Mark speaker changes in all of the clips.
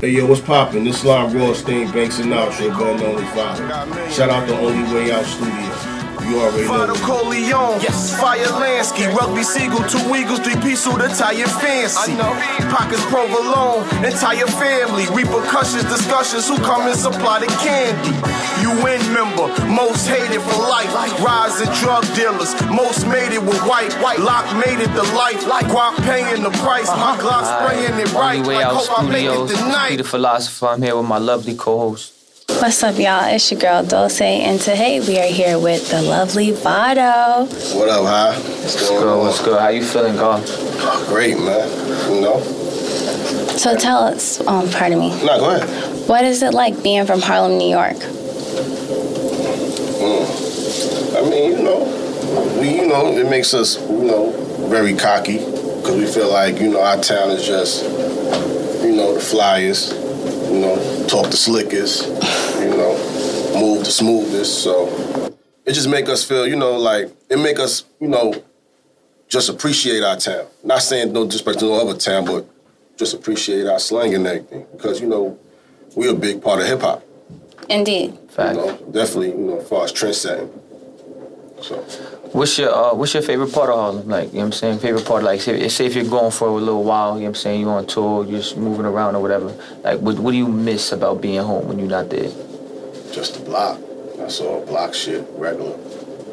Speaker 1: Hey yo, what's poppin'? This live raw Steam Banks and Out, your gun only five. Shout out the Only Way Out Studio. You already
Speaker 2: Vital
Speaker 1: know.
Speaker 2: Corleone, yes. Fire Lansky, Rugby Seagull, two Eagles, three piece suit, attire fancy. I know. Pockets provolone, entire family. Repercussions, discussions, who come and supply the candy. UN member, most hated for life. Rising drug dealers, most made it with white. white. Lock made it the life. Like Guap paying the price. My Glock spraying it right.
Speaker 3: Only way
Speaker 2: like,
Speaker 3: out
Speaker 2: hope I make it
Speaker 3: studios. It's
Speaker 2: tonight.
Speaker 3: Peter Philosopher. I'm here with my lovely co-host.
Speaker 4: What's up, y'all? It's your girl Dulce, and today we are here with the lovely Vado.
Speaker 1: What up, hi? What's
Speaker 3: Girl, what's good? How you feeling, girl?
Speaker 1: Great, man. You know?
Speaker 4: So tell us, um, pardon me,
Speaker 1: Nah, go ahead.
Speaker 4: what is it like being from Harlem, New York?
Speaker 1: I mean, you know, we, you know, it makes us, you know, very cocky because we feel like, you know, our town is just, you know, the flyest, you know, talk the slickest, you know, move the smoothest. So it just make us feel, you know, like it make us, you know, just appreciate our town. Not saying no disrespect to no other town, but just appreciate our slang and everything because, you know, we're a big part of hip hop.
Speaker 4: Indeed.
Speaker 1: You
Speaker 3: Fact.
Speaker 1: know, definitely, you know, as far as trendsetting. So.
Speaker 3: What's your uh, What's your favorite part of Harlem? Like, you know what I'm saying? Favorite part, like, say, say if you're going for a little while, you know what I'm saying? You're on tour, you're just moving around or whatever. Like, what, what do you miss about being home when you're not there?
Speaker 1: just the block. That's all block shit, regular.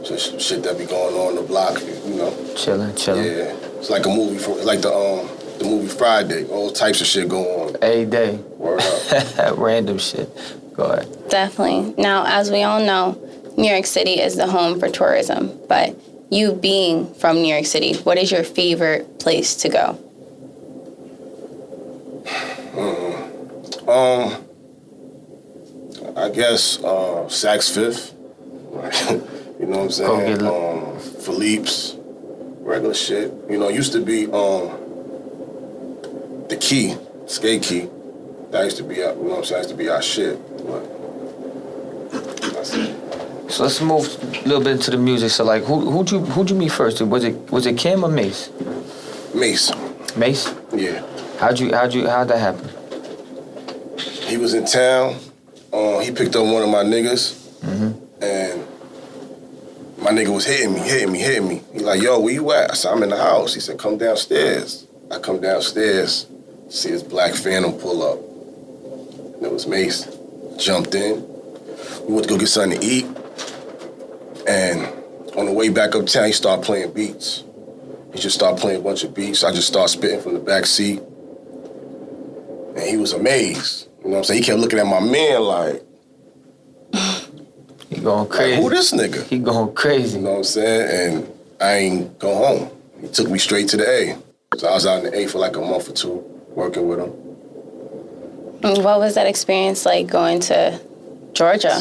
Speaker 1: Just shit that be going on the block, you know.
Speaker 3: Chilling, chilling.
Speaker 1: Yeah, it's like a movie for like the um the movie Friday. All types of shit going on.
Speaker 3: Every day.
Speaker 1: Word up.
Speaker 3: Random shit. Go ahead.
Speaker 4: Definitely. Now, as we all know, New York City is the home for tourism, but you being from New York City, what is your favorite place to go?
Speaker 1: um, I guess uh, Saks Fifth. you know what I'm
Speaker 3: Go
Speaker 1: saying?
Speaker 3: get it.
Speaker 1: Um, Philippe's, regular shit. You know, used to be um the key, skate key. That used to be our, you know what I'm saying? That used to be our shit. But that's it.
Speaker 3: So let's move a little bit into the music. So like, who who'd you who'd you meet first? Was it was it Kim or Mace?
Speaker 1: Mace.
Speaker 3: Mace?
Speaker 1: Yeah.
Speaker 3: How'd you how'd you how'd that happen?
Speaker 1: He was in town. Uh, he picked up one of my niggas, and my nigga was hitting me, hitting me, hitting me. He like, yo, where you at? I said, I'm in the house. He said, come downstairs. I come downstairs, see his black phantom pull up. And it was Mace. Jumped in. We went to go get something to eat, and on the way back uptown, he started playing beats. He just started playing a bunch of beats. I just started spitting from the back seat. And he was amazed. You know what I'm saying? He kept looking at my man like,
Speaker 3: He going
Speaker 1: like,
Speaker 3: crazy.
Speaker 1: who this nigga?
Speaker 3: He going
Speaker 1: You
Speaker 3: crazy.
Speaker 1: know what I'm saying? And I ain't go home. He took me straight to the A. So I was out in the A for like a month or two working with him.
Speaker 4: And what was that experience like going to Georgia?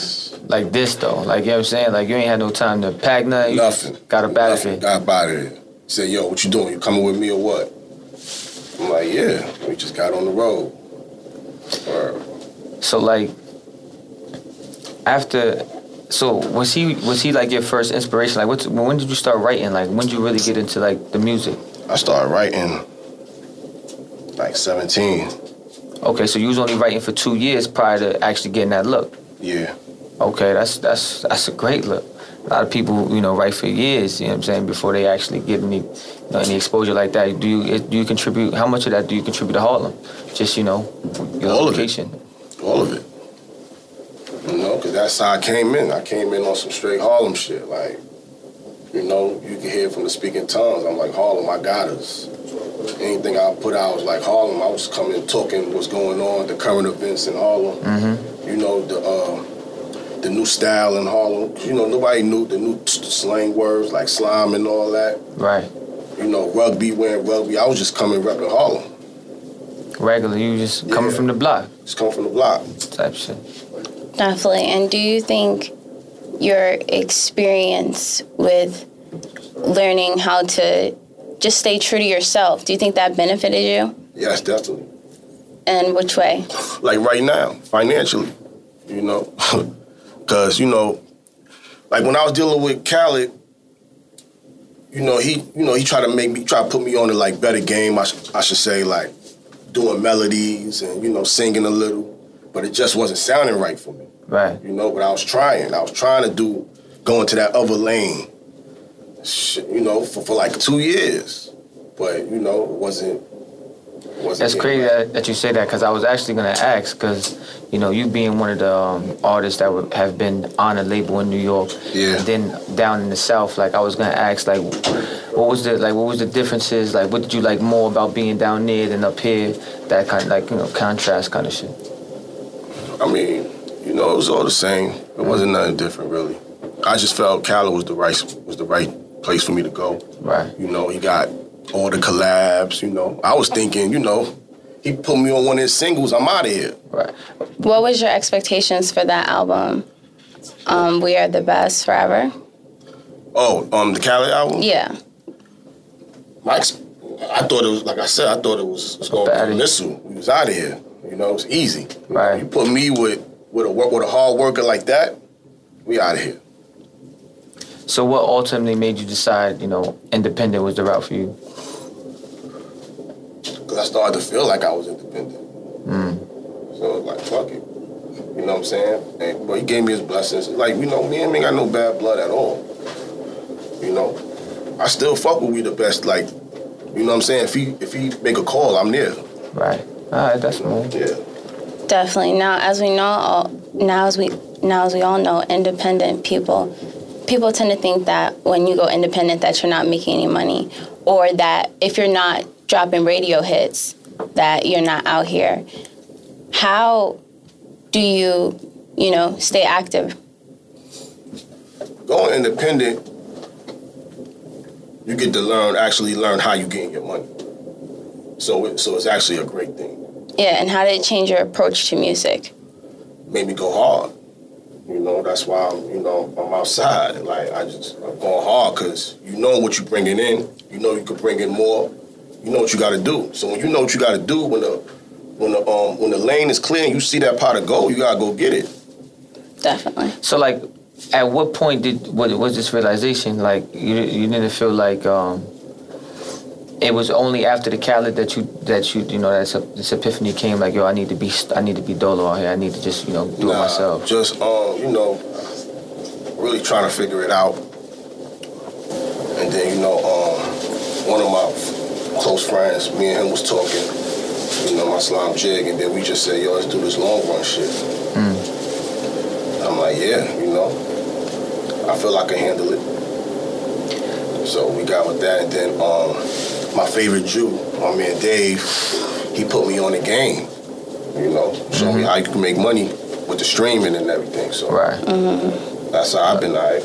Speaker 3: Like this though. Like you know what I'm saying? Like you ain't had no time to pack nothing. You
Speaker 1: Nothing.
Speaker 3: just Got a
Speaker 1: Nothing.
Speaker 3: benefit.
Speaker 1: Got up out of there. He said, yo, what you doing? You coming with me or what? I'm like, yeah. We just got on the road. Word.
Speaker 3: So like after so was he was he like your first inspiration? Like what's when did you start writing? Like when did you really get into like the music?
Speaker 1: I started writing like 17.
Speaker 3: Okay, so you was only writing for two years prior to actually getting that look.
Speaker 1: Yeah.
Speaker 3: Okay, that's that's that's a great look. A lot of people, you know, write for years. You know what I'm saying before they actually get any, you know, any exposure like that. Do you do you contribute? How much of that do you contribute to Harlem? Just you know, your
Speaker 1: All of it.
Speaker 3: location.
Speaker 1: All of it. You know, because that's how I came in. I came in on some straight Harlem shit. Like, you know, you can hear from the speaking tongues. I'm like, Harlem, I got us. Anything I put out was like Harlem. I was coming, talking what's going on, the current events in Harlem. You know, the uh, the new style in Harlem. You know, nobody knew the new s- slang words like slime and all that.
Speaker 3: Right.
Speaker 1: You know, rugby, wearing rugby. I was just coming repping Harlem.
Speaker 3: Regular. You just coming
Speaker 1: Yeah.
Speaker 3: from the block
Speaker 1: Just come from the block.
Speaker 3: type shit.
Speaker 4: Definitely. And do you think your experience with learning how to just stay true to yourself, do you think that benefited you?
Speaker 1: Yes, definitely.
Speaker 4: And which way?
Speaker 1: like right now, financially, you know, because you know, like when I was dealing with Khaled, you know, he, you know, he tried to make me, try to put me on to like better game. I, sh- I should say like doing melodies and, you know, singing a little, but it just wasn't sounding right for me.
Speaker 3: Right.
Speaker 1: You know, but I was trying. I was trying to do go into that other lane. Shit, you know, for, for like two years, but you know, it wasn't. wasn't
Speaker 3: That's
Speaker 1: it.
Speaker 3: crazy that, that you say that because I was actually gonna ask because you know you being one of the um, artists that were, have been on a label in New York,
Speaker 1: Yeah.
Speaker 3: and then down in the South, like I was gonna ask like what was the like what was the differences like what did you like more about being down there than up here that kind of like you know contrast kind of shit.
Speaker 1: I mean, you know, it was all the same. It wasn't nothing different, really. I just felt Cali was the right was the right place for me to go.
Speaker 3: Right.
Speaker 1: You know, he got all the collabs. You know, I was thinking, you know, he put me on one of his singles. I'm out of here.
Speaker 3: Right.
Speaker 4: What was your expectations for that album? Um, we are the best forever.
Speaker 1: Oh, um, the Cali album.
Speaker 4: Yeah.
Speaker 1: My ex- I thought it was like I said. I thought it was, it's going to be
Speaker 3: Outta
Speaker 1: a
Speaker 3: here.
Speaker 1: missile. We was out of here. You know, it's easy.
Speaker 3: Right.
Speaker 1: You put me with with a work with a hard worker like that, we out of here.
Speaker 3: So what ultimately made you decide you know independent was the route for you?
Speaker 1: Cause I started to feel like I was independent. So it was like, fuck it. You know what I'm saying? And, but he gave me his blessings. Like, you know, me and him ain't got no bad blood at all. You know? I still fuck with we the best, like, you know what I'm saying? If he if he make a call, I'm there.
Speaker 3: Right. All right. That's cool.
Speaker 1: Yeah.
Speaker 4: Definitely. Now, as we know, all, now as we now as we all know, independent people, people tend to think that when you go independent, that you're not making any money, or that if you're not dropping radio hits, that you're not out here. How do you, you know, stay active?
Speaker 1: Going independent, you get to learn, actually learn how you getting your money. So it, so it's actually a great thing.
Speaker 4: Yeah, and how did it change your approach to music?
Speaker 1: made me go hard. You know, that's why I'm, you know, I'm outside. Like I just, I'm going hard because you know what you bringing in. You know you could bring in more. You know what you got to do. So when you know what you got to do, when the, when the, um, when the lane is clear and you see that pot of gold, you gotta go get it.
Speaker 4: Definitely.
Speaker 3: So like, at what point did what was this realization? Like you you didn't feel like um, it was only after the Khaled that you that you you know that this epiphany came like yo I need to be I need to be dolo out here I need to just you know do it
Speaker 1: Nah,
Speaker 3: myself.
Speaker 1: Just, um, you know, really trying to figure it out. And then, you know, um, one of my close friends, me and him was talking, you know, my slime jig, and then we just said, yo, let's do this long run shit. I'm like, yeah, you know, I feel I can handle it. So we got with that, and then um, my favorite Jew, my man Dave, he put me on the game, you know, show
Speaker 3: Mm-hmm.
Speaker 1: me how you can make money with the streaming and everything. So
Speaker 3: Right.
Speaker 1: that's how I've been. I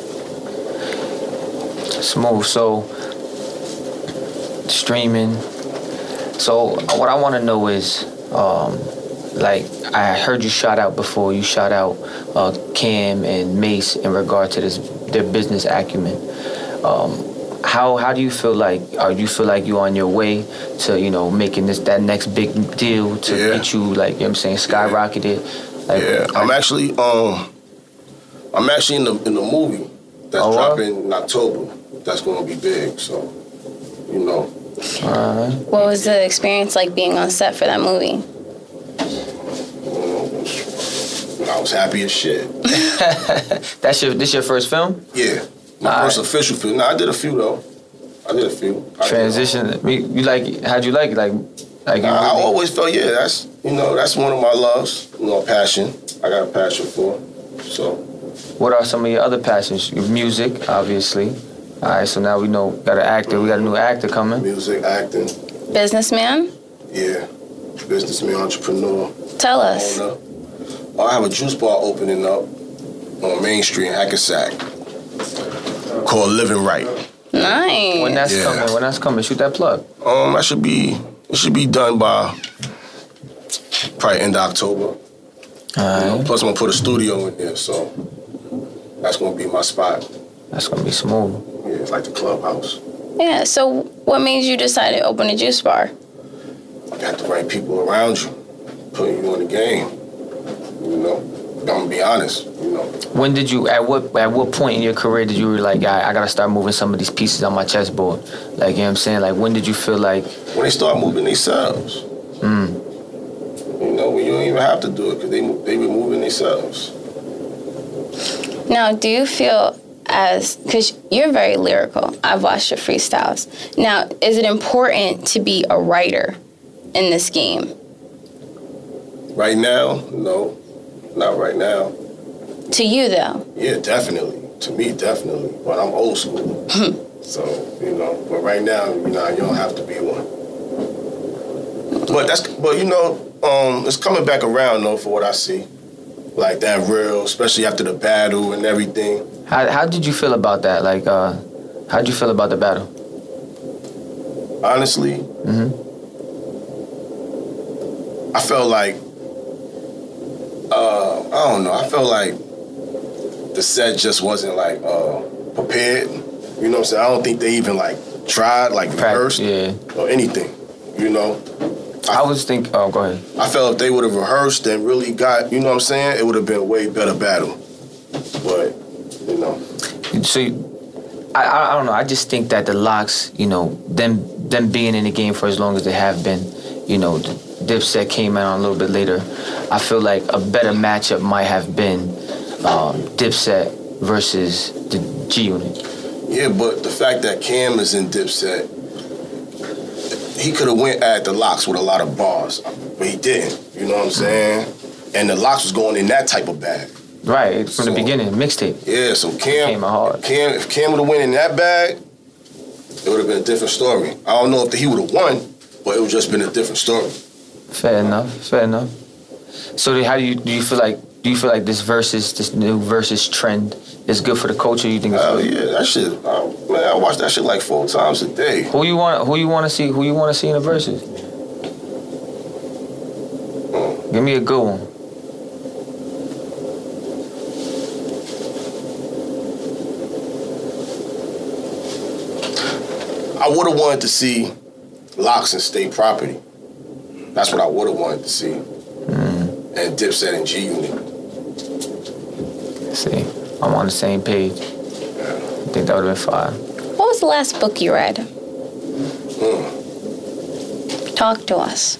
Speaker 3: smooth. So streaming. So what I want to know is, um, like I heard you shout out before. You shout out uh, Cam and Mace in regard to this their business acumen. Um, how how do you feel like? Are you feel like you're on your way to you know making this that next big deal to
Speaker 1: Yeah.
Speaker 3: get you like you know what I'm saying skyrocketed? Like,
Speaker 1: yeah, I'm actually um, I'm actually in the in the movie that's
Speaker 3: Oh, wow.
Speaker 1: dropping in October. That's gonna be big. So you know,
Speaker 3: Alright.
Speaker 4: What was the experience like being on set for that movie?
Speaker 1: um, I was happy as shit.
Speaker 3: That's your this your first film?
Speaker 1: Yeah. My
Speaker 3: All
Speaker 1: first
Speaker 3: right.
Speaker 1: official film. Nah, I did a few though. I did a few. I did-
Speaker 3: transition. we- You like? it? How'd you like it? Like, like you
Speaker 1: I, um, I
Speaker 3: really-
Speaker 1: always felt, yeah, that's you know, that's one of my loves, you know, passion. I got a passion for. it. So
Speaker 3: What are some of your other passions? Your music, obviously. All right, so now we know got an actor. We got a new actor coming.
Speaker 1: music, acting,
Speaker 4: Businessman?
Speaker 1: yeah. Businessman, entrepreneur,
Speaker 4: Tell us.
Speaker 1: owner. Oh, I have a juice bar opening up on Main Street in Hackensack called Living Right.
Speaker 4: Nice.
Speaker 3: When that's
Speaker 1: Yeah.
Speaker 3: coming, when that's coming, shoot that plug.
Speaker 1: Um, I should be it should be done by probably end of October.
Speaker 3: All right,
Speaker 1: Plus, I'm gonna put a studio in there, so that's gonna be my spot.
Speaker 3: that's gonna be smooth.
Speaker 1: Yeah, it's like the clubhouse.
Speaker 4: Yeah, so what made you decide to open a juice bar?
Speaker 1: You got the right people around you, putting you on the game. You know, I'm gonna be honest. You know,
Speaker 3: When did you? At what? At what point in your career did you were like, I, I gotta start moving some of these pieces on my chessboard? Like, you know what I'm saying? Like, when did you feel like?
Speaker 1: when they start moving themselves, You know, when you don't even have to do it because they they removing themselves.
Speaker 4: Now, do you feel as because you're very lyrical? I've watched your freestyles. Now, is it important to be a writer in this game?
Speaker 1: Right now, no, not right now.
Speaker 4: To you, though,
Speaker 1: Yeah, definitely. To me, definitely. But I'm old school. so, you know, but right now, you know, you don't have to be one. But that's but you know, um, it's coming back around though for what I see. Like that real, especially after the battle and everything.
Speaker 3: How how did you feel about that? Like, uh, how did you feel about the battle?
Speaker 1: Honestly,
Speaker 3: Mm-hmm.
Speaker 1: I felt like uh, I don't know, I felt like the set just wasn't like uh, prepared. You know what I'm saying? I don't think they even like tried, like rehearsed
Speaker 3: Yeah.
Speaker 1: or anything. You know?
Speaker 3: I was think. Oh, go ahead.
Speaker 1: I felt if they would have rehearsed and really got, you know what I'm saying, it would have been a way better battle. But, you know,
Speaker 3: So, you, I, I I don't know. I just think that the locks, you know, them them being in the game for as long as they have been, you know, the Dipset came out a little bit later. I feel like a better matchup might have been um, Dipset versus the G Unit.
Speaker 1: yeah, but the fact that Cam is in Dipset, he could have went at the locks with a lot of bars, but he didn't. You know what I'm saying? And the locks was going in that type of bag.
Speaker 3: Right from the
Speaker 1: So-
Speaker 3: beginning, mixtape.
Speaker 1: Yeah, so Cam,
Speaker 3: Came hard.
Speaker 1: if Cam, if Cam would have went in that bag, it would have been a different story. I don't know if he would have won, but it would just been a different story.
Speaker 3: Fair enough. Fair enough. So then how do you do you feel like do you feel like this versus this new versus trend is good for the culture? You think it's
Speaker 1: Hell yeah, that shit. I, man, I watch that shit like four times a day.
Speaker 3: who you want who you want to see who you want to see in the verses? Give me a good one.
Speaker 1: I would have wanted to see Locks and State Property. That's what I would have wanted to see. And Dipset and G Unit.
Speaker 3: See, I'm on the same page. I think that would have been fine.
Speaker 4: what was the last book you read? Talk to us.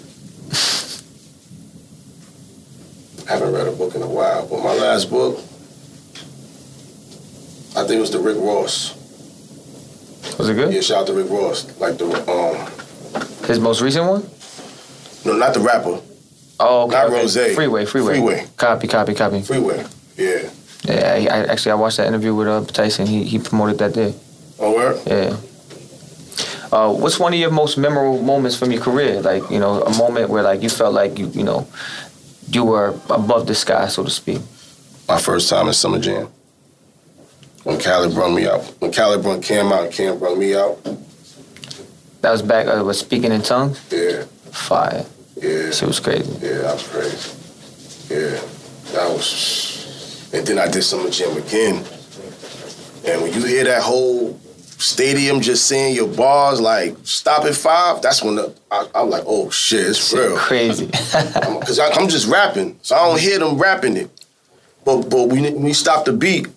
Speaker 1: I haven't read a book in a while, but my last book, I think it was the Rick Ross.
Speaker 3: Was it good?
Speaker 1: Yeah, shout out to Rick Ross. Like the um,
Speaker 3: His most recent one?
Speaker 1: no, not the rapper,
Speaker 3: Oh, okay.
Speaker 1: Not
Speaker 3: okay.
Speaker 1: Rosé.
Speaker 3: Freeway, freeway,
Speaker 1: Freeway.
Speaker 3: Copy, copy, copy.
Speaker 1: Freeway. Yeah.
Speaker 3: Yeah, I, I actually I watched that interview with uh, Tyson. He he promoted that there.
Speaker 1: Oh, word?
Speaker 3: Yeah. Uh, what's one of your most memorable moments from your career? Like, you know, a moment where like you felt like you, you know, you were above the sky, so to speak.
Speaker 1: my first time in Summer Jam. When Cali brung me out, when Cali brung Cam out, Cam brung me out.
Speaker 3: That was back. Uh, was speaking in tongues.
Speaker 1: Yeah,
Speaker 3: Fire.
Speaker 1: yeah.
Speaker 3: Shit was crazy.
Speaker 1: Yeah, that was crazy. Yeah, that was. And then I did Summer Jam again. And when you hear that whole stadium just saying your bars, like stop at five, that's when the, I, I'm like, oh shit, it's
Speaker 3: Shit
Speaker 1: real.
Speaker 3: crazy.
Speaker 1: Because I'm just rapping, so I don't hear them rapping it. But but when, when we stop the beat,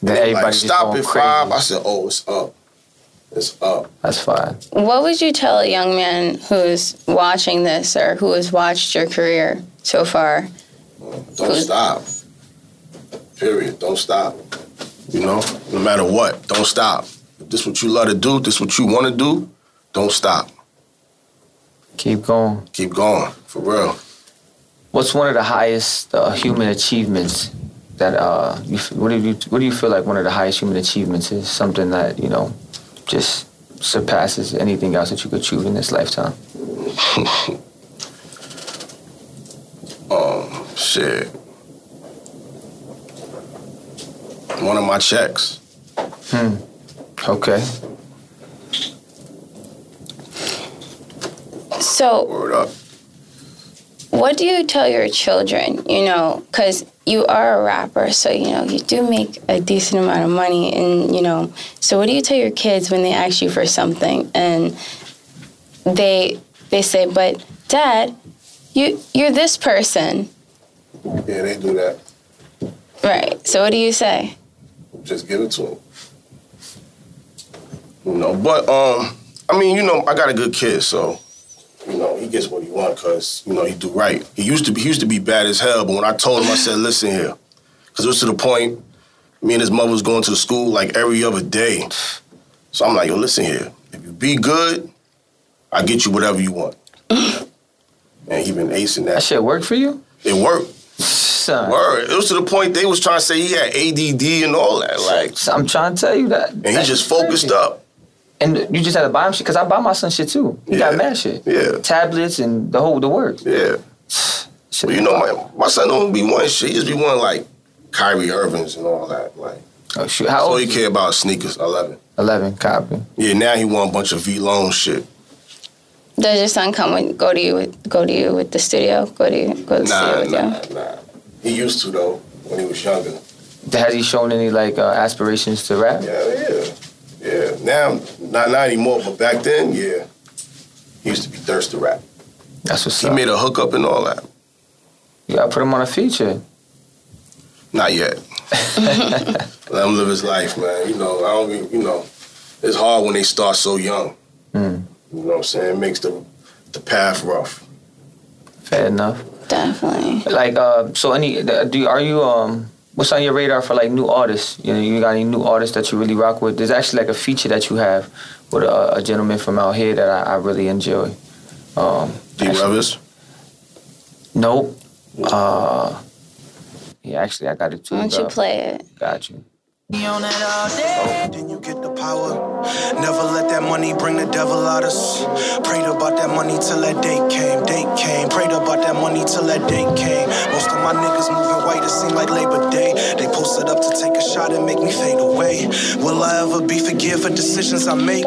Speaker 3: then
Speaker 1: they
Speaker 3: everybody
Speaker 1: like
Speaker 3: just
Speaker 1: stop
Speaker 3: going
Speaker 1: at
Speaker 3: crazy.
Speaker 1: five. I said, oh, it's up, it's up.
Speaker 3: That's fire.
Speaker 4: What would you tell a young man who's watching this or who has watched your career so far?
Speaker 1: Don't stop. Period. Don't stop. You know, no matter what, don't stop. If this what you love to do, this what you want to do, don't stop.
Speaker 3: Keep going.
Speaker 1: Keep going, for real.
Speaker 3: What's one of the highest uh, human achievements that uh, you, f- what do you what do you feel like one of the highest human achievements is? Something that you know just surpasses anything else that you could achieve in this lifetime.
Speaker 1: Um, shit. One of my checks.
Speaker 3: Okay.
Speaker 4: So,
Speaker 1: Word up.
Speaker 4: what do you tell your children you know because you are a rapper so you know you do make a decent amount of money and you know so what do you tell your kids when they ask you for something and they they say but dad you you're this person
Speaker 1: Yeah, they do that.
Speaker 4: right so what do you say
Speaker 1: Just give it to them. You know, but um, I mean, you know, I got a good kid, so you know, he gets what he want because, you know, he do right. He used to be he used to be bad as hell, but when I told him, I said, listen here. Cause it was to the point, me and his mother was going to the school like every other day. So I'm like, yo, listen here. If you be good, I get you whatever you want. and he been acing
Speaker 3: That
Speaker 1: that.
Speaker 3: shit work for you?
Speaker 1: It worked.
Speaker 3: Son.
Speaker 1: Word. It was to the point they was trying to say he had ADD and all that. Like,
Speaker 3: So I'm trying to tell you that.
Speaker 1: and he just focused up.
Speaker 3: And you just had to buy him shit, cause I buy my son shit too. He got
Speaker 1: Yeah.
Speaker 3: mad shit.
Speaker 1: Yeah.
Speaker 3: Tablets and the whole the works.
Speaker 1: Yeah.
Speaker 3: Shit.
Speaker 1: But you know, my, my son don't be one shit. He just be one like Kyrie Irving's and all that. Like,
Speaker 3: oh shoot, how
Speaker 1: all
Speaker 3: old?
Speaker 1: he care about is sneakers. Eleven.
Speaker 3: Eleven. Copy.
Speaker 1: Yeah. Now he want a bunch of V long shit.
Speaker 4: Does your son come with go to you with go to you with the studio? Go to you go to the
Speaker 1: Nah,
Speaker 4: studio
Speaker 1: nah,
Speaker 4: with
Speaker 1: nah. He used to though when he was younger.
Speaker 3: Has he shown any like uh, aspirations to rap?
Speaker 1: Yeah, yeah, yeah. Now, not not anymore. But back then, yeah, he used to be thirsty rap.
Speaker 3: That's what's
Speaker 1: He
Speaker 3: up.
Speaker 1: made a hookup and all that.
Speaker 3: you gotta put him on a feature.
Speaker 1: Not yet. Let him live his life, man. You know, I don't. be- You know, it's hard when they start so young.
Speaker 3: Mm.
Speaker 1: You know what I'm saying? It makes the the path rough.
Speaker 3: Fair enough.
Speaker 4: you? Definitely.
Speaker 3: Like, uh, so any do you, are you um what's on your radar for like new artists? You know, you got any new artists that you really rock with? There's actually like a feature that you have with a, a gentleman from out here that I, I really enjoy. Um,
Speaker 1: Do you
Speaker 3: actually-
Speaker 1: love this?
Speaker 3: Nope. Uh, yeah, actually, I got it too.
Speaker 4: Why don't you
Speaker 3: dog.
Speaker 4: play it?
Speaker 3: Got you.
Speaker 5: Then you get the power. Never let that money bring the devil out us. Prayed about that money till that day came, date came. Prayed about that money till that day came. Most of my niggas moving white, it seem like Labor Day. They posted up to take a shot and make me fade away. Will I ever be forgiven for decisions I make?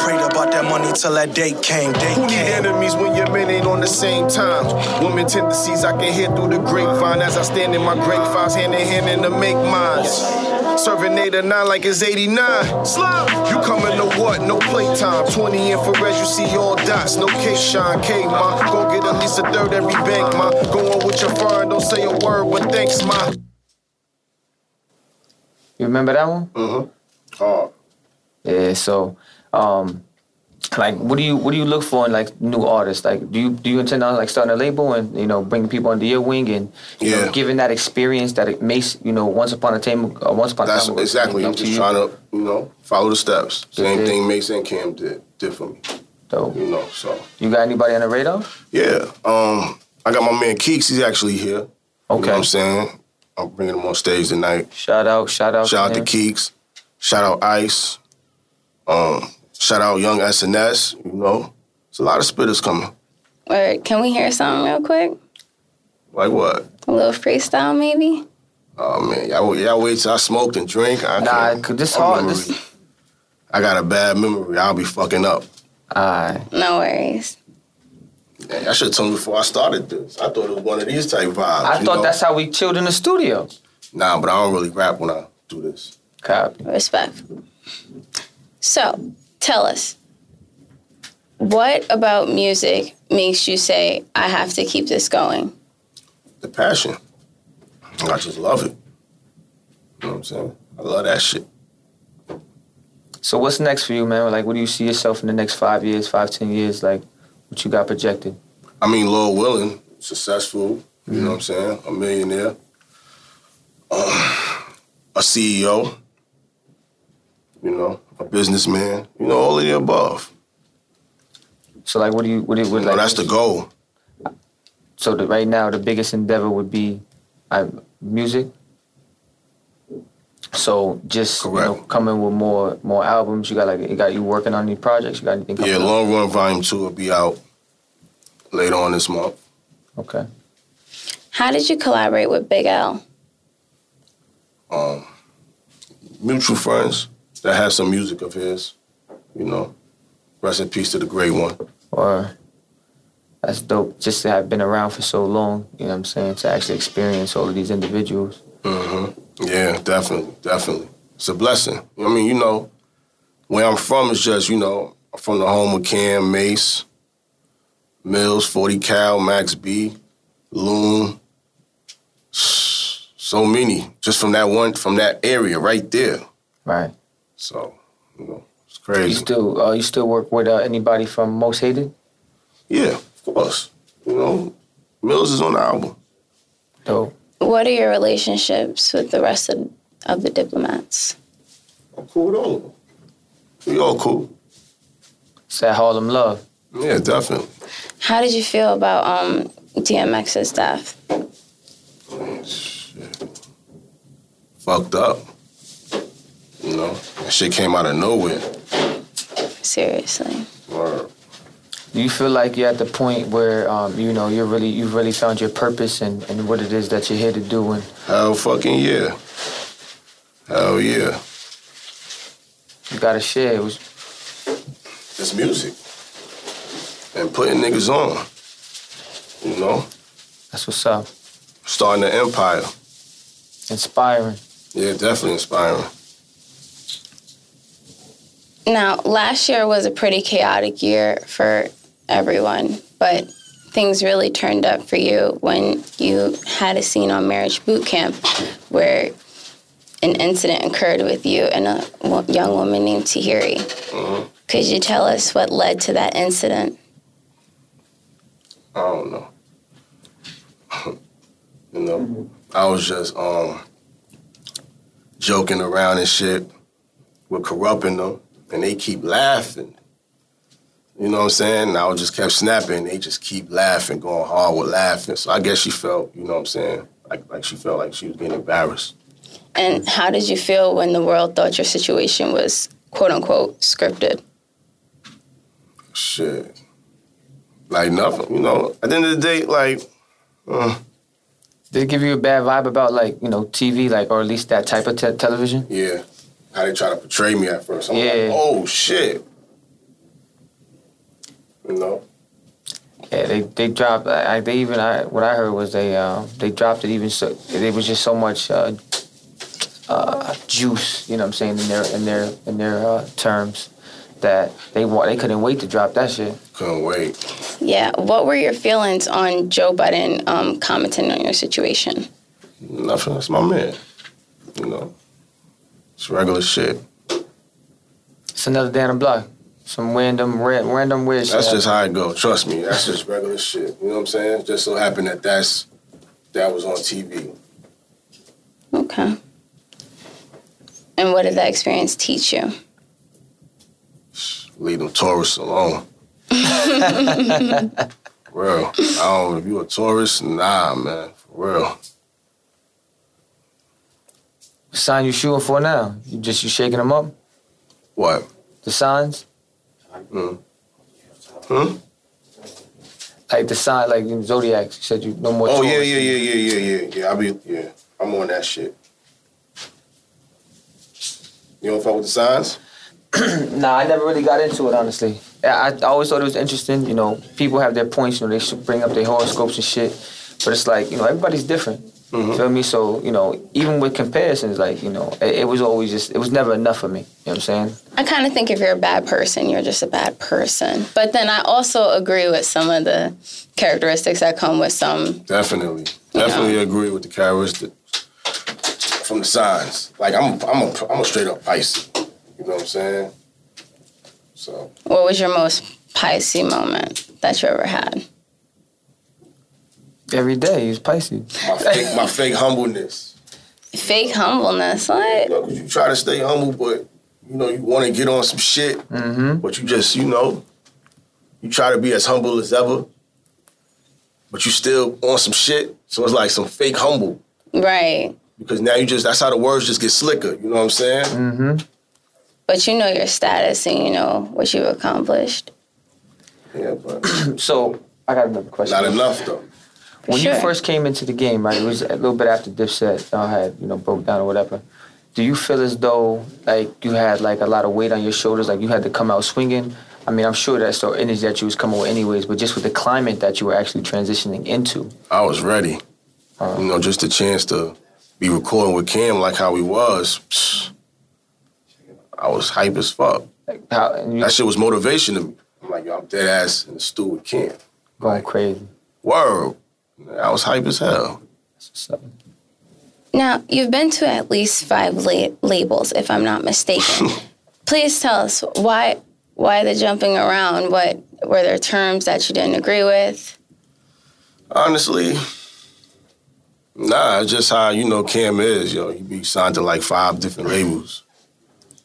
Speaker 5: Prayed about that money till that day came, date
Speaker 2: Who need
Speaker 5: came.
Speaker 2: enemies when your men ain't on the same time? Women tendencies I can hear through the grapevine as I stand in my grapevines, hand in hand in the make mines. Serving eight or nine like it's 89. Slime, you coming to what? No playtime. 20 infrared, you see all dots. No case shine, K, ma. Go get at least a third every bank, ma. Go on with your fire, don't say a word, but thanks, ma.
Speaker 3: You remember that one?
Speaker 1: Oh,
Speaker 3: Yeah. So, um, like, what do you what do you look for in like new artists? Like, do you do you intend on like starting a label and you know bringing people under your wing and you
Speaker 1: Yeah.
Speaker 3: know, giving that experience that it makes you know once upon a time uh, once upon a
Speaker 1: that's
Speaker 3: time
Speaker 1: exactly.
Speaker 3: up
Speaker 1: I'm
Speaker 3: to
Speaker 1: just
Speaker 3: you.
Speaker 1: trying to, you know, follow the steps. Same
Speaker 3: Mhm.
Speaker 1: thing Mason and Cam did, did for me.
Speaker 3: So,
Speaker 1: You know, so
Speaker 3: you got anybody on the radar?
Speaker 1: yeah. Um, I got my man Keeks. He's actually here. You know
Speaker 3: Okay.
Speaker 1: what I'm saying? I'm bringing him on stage tonight.
Speaker 3: Shout out, shout out,
Speaker 1: Shout out to
Speaker 3: man.
Speaker 1: Keeks. Shout out Ice. Um, shout out Young SNS. You know, it's a lot of spitters coming.
Speaker 4: Or can we hear something real quick?
Speaker 1: Like what?
Speaker 4: A little freestyle maybe?
Speaker 1: Oh man, y'all, y'all wait till I smoked and drink. I
Speaker 3: Nah,
Speaker 1: can't.
Speaker 3: 'cause this
Speaker 1: My
Speaker 3: hard-
Speaker 1: memory-
Speaker 3: this-
Speaker 1: I got a bad memory. I'll be fucking up.
Speaker 3: Aye.
Speaker 4: No worries.
Speaker 1: Man, I should have told you before I started this. I thought it was one of these type vibes.
Speaker 3: I
Speaker 1: you
Speaker 3: thought
Speaker 1: know?
Speaker 3: that's how we chilled in the studio.
Speaker 1: nah, but I don't really rap when I do this.
Speaker 3: Copy.
Speaker 4: Respect. So tell us. What about music makes you say, I have to keep this going?
Speaker 1: The passion. I just love it. You know what I'm saying? I love that shit.
Speaker 3: So what's next for you, man? Like, what do you see yourself in the next five years, five, ten years? Like, what you got projected?
Speaker 1: I mean, Lord willing, successful. You know what I'm saying? A millionaire, um, a CEO. You know, a businessman. You know, all of the above.
Speaker 3: So like, what do you, what do you, what,
Speaker 1: You know,
Speaker 3: like?
Speaker 1: Oh, that's the goal.
Speaker 3: So the, right now, the biggest endeavor would be, I, music. So just you know,
Speaker 1: Correct.
Speaker 3: coming with more more albums. You got like, you got you working on any projects. You got anything coming?
Speaker 1: Yeah,
Speaker 3: up?
Speaker 1: long run volume two will be out later on this month.
Speaker 3: Okay.
Speaker 4: How did you collaborate with Big L?
Speaker 1: Um, mutual friends that have some music of his. You know, rest in peace to the great one.
Speaker 3: Or that's dope. Just to have been around for so long. You know what I'm saying? To actually experience all of these individuals.
Speaker 1: hmm Yeah, definitely, definitely. It's a blessing. I mean, you know, where I'm from is just, you know, I'm from the home of Cam, Mace, Mills, 40 Cal, Max B, Loon. So many, just from that one, from that area right there.
Speaker 3: Right.
Speaker 1: So, you know, it's
Speaker 3: You
Speaker 1: crazy.
Speaker 3: still uh, you still work with uh, anybody from Most Hated?
Speaker 1: Yeah, of course. You know, Mills is on the album.
Speaker 3: Dope.
Speaker 4: What are your relationships with the rest of, of the diplomats?
Speaker 1: I'm cool with all of them. We all cool.
Speaker 3: It's that Harlem love.
Speaker 1: Yeah, definitely.
Speaker 4: How did you feel about um, DMX's death?
Speaker 1: Fucked up. You know, that shit came out of nowhere.
Speaker 4: Seriously.
Speaker 1: Word.
Speaker 3: Do you feel like you're at the point where um, you know you're really you've really found your purpose and, and what it is that you're here to do and
Speaker 1: Hell fucking yeah. Hell yeah.
Speaker 3: you gotta share it was
Speaker 1: It's music. And putting niggas on. You know?
Speaker 3: that's what's up.
Speaker 1: Starting an empire.
Speaker 3: Inspiring.
Speaker 1: Yeah, definitely inspiring.
Speaker 4: Now, last year was a pretty chaotic year for everyone, but things really turned up for you when you had a scene on Marriage Boot Camp where an incident occurred with you and a wo- young woman named Tahiri. Could you tell us what led to that incident?
Speaker 1: I don't know. you know, I was just um joking around and shit with corrupting them, and they keep laughing. You know what I'm saying? And I was just kept snapping. They just keep laughing, going hard with laughing. So I guess she felt, you know what I'm saying, like like she felt like she was getting embarrassed.
Speaker 4: And how did you feel when the world thought your situation was quote unquote scripted?
Speaker 1: Shit. Like nothing, you know. At the end of the day, like, uh,
Speaker 3: Did it give you a bad vibe about like you know TV like or at least that type of te- television?
Speaker 1: yeah. How they try to portray me at first. I'm
Speaker 3: Yeah.
Speaker 1: like, oh shit. You know?
Speaker 3: Yeah, they they dropped. I, I- they even I what I heard was they uh, they dropped it even so there was just so much uh, uh, juice. You know what I'm saying in their in their in their uh, terms that they want they couldn't wait to drop that shit.
Speaker 1: Couldn't wait.
Speaker 4: Yeah, what were your feelings on Joe Budden um, commenting on your situation?
Speaker 1: Nothing. That's my man. You know. It's regular shit.
Speaker 3: It's another day on the block. Some random ra- random weird.
Speaker 1: That's
Speaker 3: shit.
Speaker 1: just how it go. Trust me. That's just regular shit. You know what I'm saying? Just so happened that that's that was on TV.
Speaker 4: Okay. And what did that experience teach you?
Speaker 1: Leave them tourists alone. real. I don't. If you a tourist, nah, man. For real.
Speaker 3: What sign you shooting for now? You just you shaking them up.
Speaker 1: What?
Speaker 3: The signs.
Speaker 1: Mm. Hmm?
Speaker 3: Like the sign, like in Zodiac you said, you no more.
Speaker 1: Oh yeah,
Speaker 3: tours.
Speaker 1: yeah, yeah, yeah, yeah, yeah, yeah. I be yeah. I'm on that shit. You don't fuck with the signs?
Speaker 3: Nah, I never really got into it, honestly. I, I always thought it was interesting. You know, people have their points. You know, they should bring up their horoscopes and shit. But it's like, you know, everybody's different.
Speaker 1: Mhm.
Speaker 3: Feel me? So, you know, even with comparisons, like, you know, it, it was always just, it was never enough for me. You know what I'm saying?
Speaker 4: I kind of think if you're a bad person, you're just a bad person. But then I also agree with some of the characteristics that come with some.
Speaker 1: Definitely, definitely agree with the characteristic from the signs. Like I'm, I'm a, I'm a straight up Pisces. You know what I'm saying? So
Speaker 4: What was your most Pisces moment that you ever had?
Speaker 3: Every day, he's Pisces.
Speaker 1: my fake, my fake humbleness.
Speaker 4: Fake humbleness. What?
Speaker 1: You know, 'cause you try to stay humble, but you know you want to get on some shit,
Speaker 3: Mm-hmm.
Speaker 1: but you just, you know, you try to be as humble as ever, but you still on some shit. So it's like some fake humble
Speaker 4: Right.
Speaker 1: because now you just that's how the words just get slicker. You know what I'm saying?
Speaker 3: Mm-hmm.
Speaker 4: But you know your status and you know what you've accomplished.
Speaker 1: Yeah, but
Speaker 3: So, I got another question.
Speaker 1: not enough though.
Speaker 3: When
Speaker 4: Sure.
Speaker 3: you first came into the game, right, it was a little bit after Dipset uh, had, you know, broke down or whatever. Do you feel as though like you had like a lot of weight on your shoulders, like you had to come out swinging? I mean, I'm sure that's the energy that you was coming with, anyways. But just with the climate that you were actually transitioning into,
Speaker 1: I was ready. You know, just the chance to be recording with Cam like how we was. psh, I was hype as fuck.
Speaker 3: like how and you
Speaker 1: That shit was motivation to me. I'm like, yo, I'm dead ass in the stew with Cam.
Speaker 3: going crazy.
Speaker 1: Word. I was hype as hell.
Speaker 3: So,
Speaker 4: Now, you've been to at least five la- labels, if I'm not mistaken. Please tell us why why the jumping around? What were there terms that you didn't agree with?
Speaker 1: Honestly, nah, it's just how you know Cam is, yo. He be signed to like five different labels.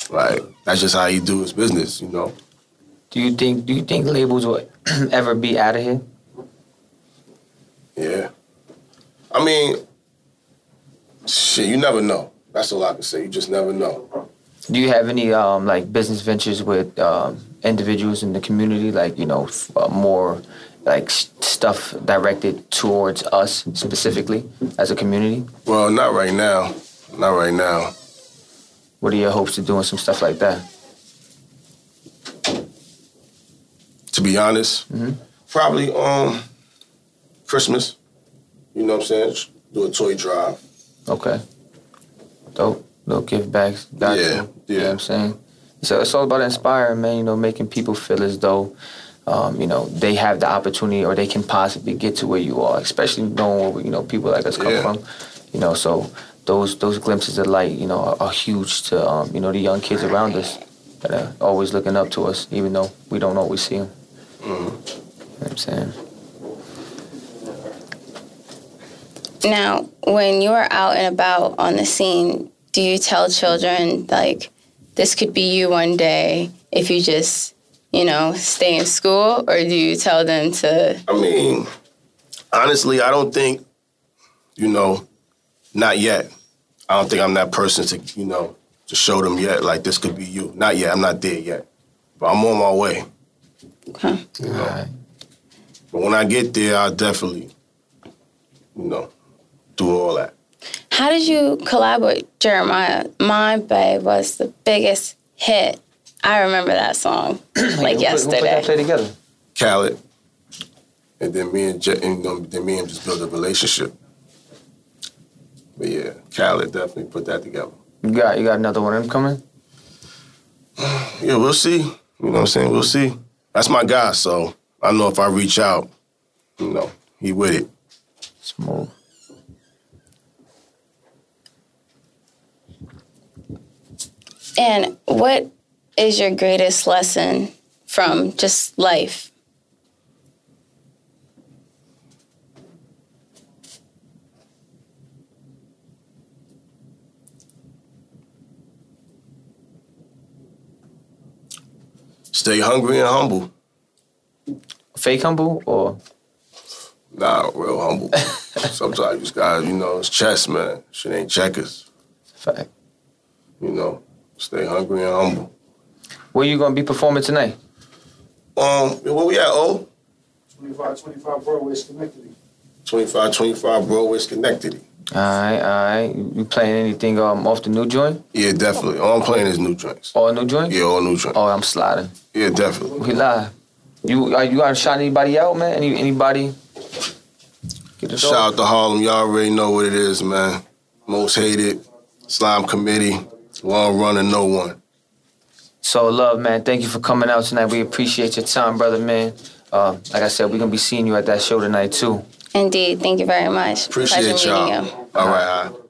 Speaker 1: Like, that's just how he do his business, you know.
Speaker 3: Do you think do you think labels will ever be out of here?
Speaker 1: Yeah. I mean, shit, you never know. That's all I can say. You just never know.
Speaker 3: Do you have any um, like business ventures with um, individuals in the community, like you know, f- uh, more like s stuff directed towards us specifically as a community?
Speaker 1: Well, not right now. Not right now.
Speaker 3: What are your hopes of doing some stuff like that?
Speaker 1: To be honest, probably um Christmas. You know what I'm saying? Do a toy drive.
Speaker 3: Okay. Dope. Little give backs. Got
Speaker 1: Yeah,
Speaker 3: you. You know
Speaker 1: yeah.
Speaker 3: what I'm saying? So it's all about inspiring, man, you know, making people feel as though, um, you know, they have the opportunity or they can possibly get to where you are, especially knowing where, you know, people like us come
Speaker 1: Yeah.
Speaker 3: from. You know, so those those glimpses of light, you know, are, are huge to, um, you know, the young kids around us that are always looking up to us, even though we don't always see them.
Speaker 1: Mm-hmm.
Speaker 3: You know what I'm saying?
Speaker 4: Now, when you are out and about on the scene, do you tell children like this could be you one day if you just, you know, stay in school or do you tell them to
Speaker 1: I mean, honestly, I don't think, you know, not yet. I don't think I'm that person to, you know, to show them yet. Like this could be you. Not yet. I'm not there yet. But I'm on my way.
Speaker 3: All right.
Speaker 1: But when I get there, I'll definitely, you know, do all that.
Speaker 4: How did you collab with Jeremiah? My Babe was the biggest hit. I remember that song like
Speaker 3: Who put- who put
Speaker 4: yesterday.
Speaker 3: that play together?
Speaker 1: Khaled. And then me and, Je- and um, then me and him just build a relationship. But yeah, Khaled definitely put that together.
Speaker 3: You got you got another one of them coming?
Speaker 1: Yeah, we'll see. You know what I'm saying? We'll see. That's my guy, so I know if I reach out, you know, he with it.
Speaker 3: Smooth.
Speaker 4: And what is your greatest lesson from just life?
Speaker 1: Stay hungry and humble.
Speaker 3: Fake humble or
Speaker 1: Nah, real humble. Sometimes you just gotta, you know, it's chess, man. Shit ain't checkers.
Speaker 3: fact?
Speaker 1: You know, stay hungry and humble.
Speaker 3: Where you gonna be performing tonight?
Speaker 1: Um, where we at, O?
Speaker 6: 25, 25 Broadway, Schenectady.
Speaker 1: 25, 25 Broadway's Connected.
Speaker 3: All right, all right. You playing anything um off the new joint?
Speaker 1: Yeah, definitely. All I'm playing is new drinks.
Speaker 3: All new joint?
Speaker 1: Yeah, all new drinks.
Speaker 3: Oh, I'm sliding.
Speaker 1: Yeah, definitely.
Speaker 3: We live. You are you gonna shout anybody out, man? Any anybody? Get it
Speaker 1: Shout
Speaker 3: off.
Speaker 1: out to Harlem. Y'all already know what it is, man. Most hated, Slime Committee, Long Run and No One.
Speaker 3: So love, man. Thank you for coming out tonight. We appreciate your time, brother, man. Uh, like I said, we're gonna be seeing you at that show tonight too.
Speaker 4: Indeed, thank you very much.
Speaker 1: Appreciate
Speaker 4: Pleasure
Speaker 1: y'all.
Speaker 4: meeting you.
Speaker 1: All right, all right.